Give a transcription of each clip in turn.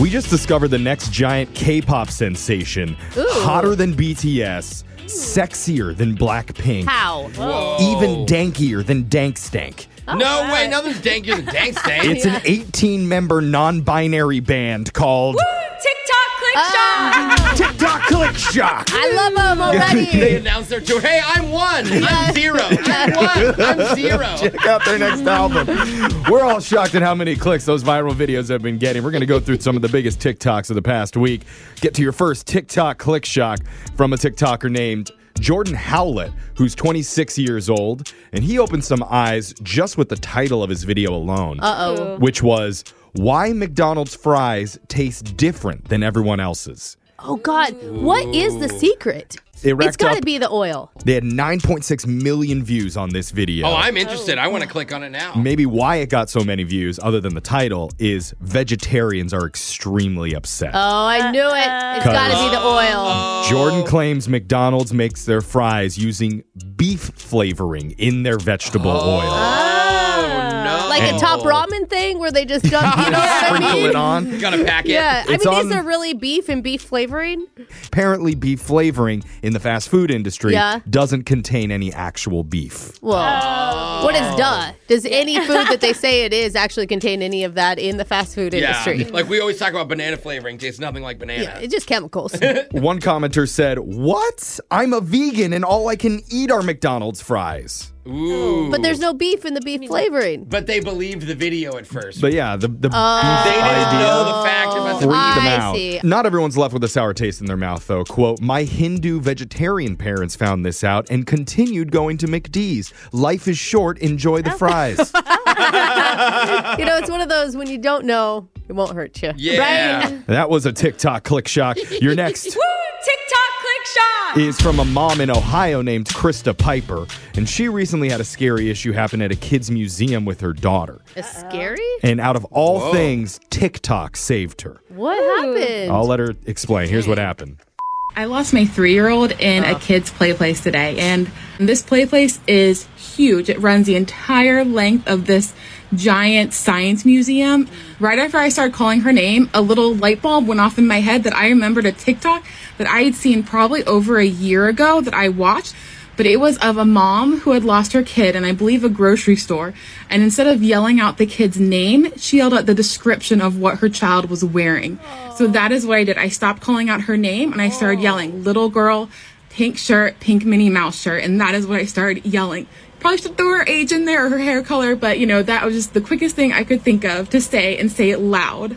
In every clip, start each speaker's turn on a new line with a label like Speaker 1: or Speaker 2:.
Speaker 1: We just discovered the next giant K-pop sensation, hotter than BTS, sexier than Blackpink,
Speaker 2: How?
Speaker 3: Oh.
Speaker 1: even dankier than Dank Stank.
Speaker 3: no
Speaker 2: all
Speaker 3: way,
Speaker 2: right.
Speaker 3: nothing's dankier than dank stank.
Speaker 1: It's an 18-member non-binary band called
Speaker 4: TikTok click shot.
Speaker 1: TikTok Click Shock.
Speaker 2: Ah, I love them already.
Speaker 3: they announce their tour. Hey, I'm one. I'm zero. I'm one. I'm zero.
Speaker 1: Check out their next album. We're all shocked at how many clicks those viral videos have been getting. We're going to go through some of the biggest TikToks of the past week. Get to your first TikTok click shock from a TikToker named Jordan Howlett, who's 26 years old, and he opened some eyes just with the title of his video alone,
Speaker 2: Uh-oh.
Speaker 1: which was Why McDonald's Fries Taste Different Than Everyone Else's.
Speaker 2: Oh God, what is the secret?
Speaker 1: It
Speaker 2: It's
Speaker 1: racked
Speaker 2: got to
Speaker 1: up-
Speaker 2: be the oil.
Speaker 1: They had 9.6 million views on this video.
Speaker 3: Oh, I'm interested. I want to click on it now.
Speaker 1: maybe why it got so many views, other than the title, is vegetarians are extremely upset.
Speaker 2: Oh, I knew it. It's got to be the oil.
Speaker 1: Jordan claims McDonald's makes their fries using beef flavoring in their vegetable oil.
Speaker 3: Oh no!
Speaker 2: Like a top ramen thing where they just dump. You know what I
Speaker 1: Sprinkle
Speaker 2: mean?
Speaker 1: it on.
Speaker 3: Got a packet.
Speaker 2: Yeah, I
Speaker 1: It's
Speaker 2: mean,
Speaker 1: on-
Speaker 2: is there really beef and beef flavoring?
Speaker 1: Apparently, beef flavoring in the fast food industry
Speaker 2: Yeah.
Speaker 1: doesn't contain any actual beef.
Speaker 2: Whoa. What is duh? Does any food that they say it is actually contain any of that in the fast food
Speaker 3: Yeah.
Speaker 2: industry?
Speaker 3: Like we always talk about banana flavoring. Tastes nothing like banana.
Speaker 2: Yeah, it's just chemicals.
Speaker 1: One commenter said, What? I'm a vegan and all I can eat are McDonald's fries.
Speaker 3: Ooh.
Speaker 2: oh, but there's no beef in the beef flavoring.
Speaker 3: But they believed the video at first.
Speaker 1: But yeah, the, the beef
Speaker 3: they didn't
Speaker 1: idea.
Speaker 3: know the fact about the
Speaker 1: Freak
Speaker 2: Oh, I
Speaker 1: them out.
Speaker 2: see.
Speaker 1: Not everyone's left with a sour taste in their mouth, though. Quote, my Hindu vegetarian parents found this out and continued going to McDee's. Life is short. Enjoy
Speaker 2: Oh.
Speaker 1: the fries.
Speaker 2: You know, it's one of those when you don't know, it won't hurt you.
Speaker 3: Yeah.
Speaker 2: Right?
Speaker 1: that was a TikTok click shock. Your next
Speaker 4: Woo! TikTok click shot.
Speaker 1: is from a mom in Ohio named Krista Piper. And she recently had a scary issue happen at a kid's museum with her daughter.
Speaker 2: It's scary?
Speaker 1: And out of all
Speaker 3: Whoa.
Speaker 1: things, TikTok saved her.
Speaker 2: What happened?
Speaker 1: I'll let her explain. Here's what happened.
Speaker 5: I lost my three year old in a kid's play place today, and this play place is huge. It runs the entire length of this giant science museum. Right after I started calling her name, a little light bulb went off in my head that I remembered a TikTok that I had seen probably over a year ago that I watched. But it was of a mom who had lost her kid in, I believe, a grocery store. And instead of yelling out the kid's name, she yelled out the description of what her child was wearing. So that is what I did. I stopped calling out her name and I started yelling, little girl, pink shirt, pink Minnie Mouse shirt. And that is what I started yelling. Probably should throw her age in there or her hair color, but you know, that was just the quickest thing I could think of to say and say it loud.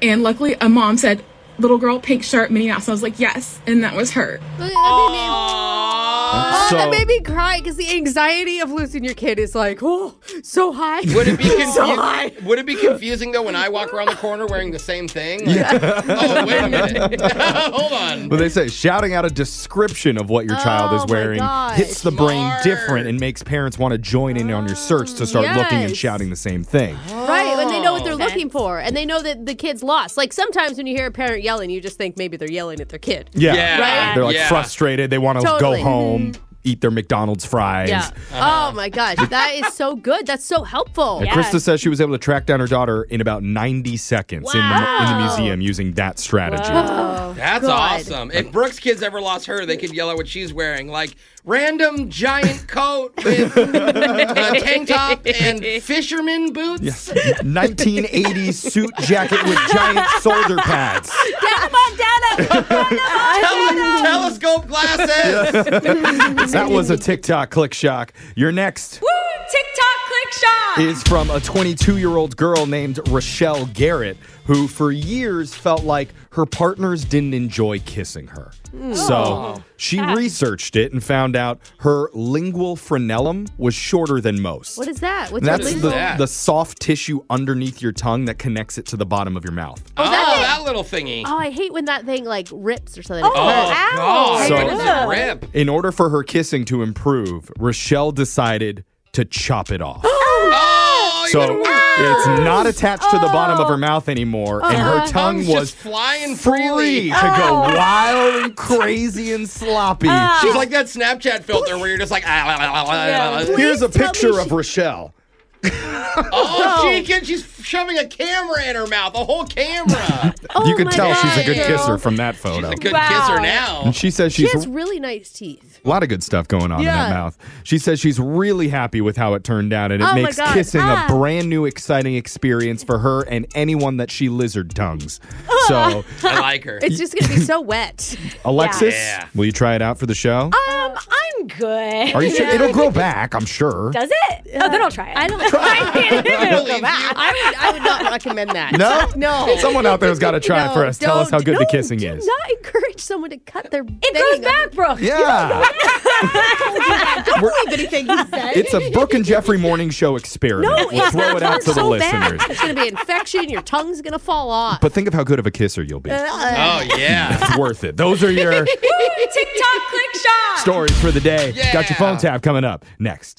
Speaker 5: And luckily, a mom said, little girl, pink shirt, Minnie Mouse. And I was like, yes. And that was her.
Speaker 2: Look, that made me- Oh,
Speaker 1: So-
Speaker 2: that made me cry because the anxiety of losing your kid is like, oh, so high.
Speaker 3: Would it be
Speaker 2: so high.
Speaker 3: confusing? Would it be confusing though when I walk around the corner wearing the same thing? Like, Oh wait a minute! Hold on.
Speaker 1: Well, they say shouting out a description of what your child
Speaker 2: Oh,
Speaker 1: is
Speaker 2: my
Speaker 1: wearing
Speaker 2: gosh.
Speaker 1: hits the brain
Speaker 3: Smart.
Speaker 1: different and makes parents want to join in on your search to start looking and
Speaker 2: Yes.
Speaker 1: shouting the same thing.
Speaker 2: Right, when they know what they're
Speaker 4: Okay.
Speaker 2: looking for and they know that the kid's lost. Like sometimes when you hear a parent yelling, you just think maybe they're yelling at their kid.
Speaker 1: Yeah.
Speaker 3: Yeah.
Speaker 1: They're like
Speaker 3: Yeah.
Speaker 1: frustrated. They want to
Speaker 2: Totally. Mm-hmm.
Speaker 1: go home, eat their McDonald's fries.
Speaker 2: Yeah. Oh my gosh, that is so good. That's so helpful.
Speaker 1: And
Speaker 4: Yeah.
Speaker 1: Krista says she was able to track down her daughter in about 90 seconds in, the, in the
Speaker 2: Wow.
Speaker 1: museum using that strategy.
Speaker 2: Oh,
Speaker 3: That's
Speaker 2: God.
Speaker 3: awesome. If Brooke's kids ever lost her, they could yell out what she's wearing, like random giant coat with a tank top and fisherman boots.
Speaker 1: 1980s suit jacket with giant shoulder pads.
Speaker 4: Come on, Dana.
Speaker 3: Tele- telescope glasses.
Speaker 1: That was a TikTok click shock. You're next.
Speaker 4: Woo! TikTok click shot.
Speaker 1: is from a 22 year old girl named Rochelle Garrett, who for years felt like her partners didn't enjoy kissing her. So she researched it and found out her lingual frenulum was shorter than most.
Speaker 2: What is that? What's
Speaker 1: That's
Speaker 2: your
Speaker 3: is
Speaker 1: the,
Speaker 2: lingual-
Speaker 3: that?
Speaker 1: the soft tissue underneath your tongue that connects it to the bottom of your mouth.
Speaker 3: Oh,
Speaker 2: that
Speaker 3: that little thingy.
Speaker 2: Oh, I hate when that thing like rips or something.
Speaker 3: Oh,
Speaker 4: ow.
Speaker 3: God.
Speaker 1: So-
Speaker 3: So, does it rip?
Speaker 1: In order for her kissing to improve, Rochelle decided to chop it off.
Speaker 3: Oh,
Speaker 1: So
Speaker 3: even worse.
Speaker 1: it's not attached to the bottom of
Speaker 2: Oh.
Speaker 1: her mouth anymore, and
Speaker 2: Uh-huh.
Speaker 1: her tongue
Speaker 3: Tongue's
Speaker 1: was
Speaker 3: just flying
Speaker 1: free
Speaker 3: freely.
Speaker 1: to go
Speaker 2: Oh.
Speaker 1: wild and crazy and sloppy.
Speaker 3: She's like that Snapchat filter where you're just like, ah, la, la, la, la,
Speaker 4: Yeah.
Speaker 3: la.
Speaker 1: Here's a
Speaker 2: tell me
Speaker 1: picture
Speaker 2: she-
Speaker 1: of Rochelle.
Speaker 3: oh, she can, she's shoving a camera in her mouth, a whole camera.
Speaker 1: you can
Speaker 2: my
Speaker 1: tell she's a
Speaker 2: God,
Speaker 1: good
Speaker 2: girl.
Speaker 1: kisser from that photo.
Speaker 3: She's a good
Speaker 4: Wow.
Speaker 3: kisser now.
Speaker 1: and she says
Speaker 2: She
Speaker 1: she's
Speaker 2: has really nice teeth.
Speaker 1: a lot of good stuff going on in
Speaker 2: Yeah.
Speaker 1: that mouth. She says she's really happy with how it turned out, and it
Speaker 2: Oh my
Speaker 1: makes
Speaker 2: God.
Speaker 1: kissing
Speaker 2: Ah.
Speaker 1: a brand new, exciting experience for her and anyone that she lizard tongues.
Speaker 2: Ah.
Speaker 1: So,
Speaker 3: I like her.
Speaker 2: It's just gonna be so wet.
Speaker 1: Alexis,
Speaker 3: Yeah.
Speaker 1: will you try it out for the show?
Speaker 6: Um, I'm good.
Speaker 1: Are you sure? It'll grow back, I'm sure.
Speaker 6: Does it? Oh, then I'll try it.
Speaker 2: I don't. I
Speaker 3: I
Speaker 6: it'll go
Speaker 3: believe
Speaker 6: back.
Speaker 3: you.
Speaker 2: would. I would not recommend that.
Speaker 1: No?
Speaker 2: No.
Speaker 1: Someone out there's got to try it for us. Tell us how good the kissing is.
Speaker 2: Not encourage someone to cut their.
Speaker 6: It goes back, bro.
Speaker 1: Yeah.
Speaker 2: Believe anything he said.
Speaker 1: It's a Brooke and Jeffrey morning show experiment.
Speaker 2: No,
Speaker 1: we'll
Speaker 2: it's
Speaker 1: throw it out to the
Speaker 2: so bad.
Speaker 1: listeners.
Speaker 2: It's gonna be infection. Your tongue's gonna fall off.
Speaker 1: But think of how good of a kisser you'll be.
Speaker 2: Uh,
Speaker 3: Oh yeah.
Speaker 1: It's worth it. Those are your
Speaker 4: TikTok click shop.
Speaker 1: stories for the day. Got your
Speaker 3: Yeah.
Speaker 1: phone tab coming up next.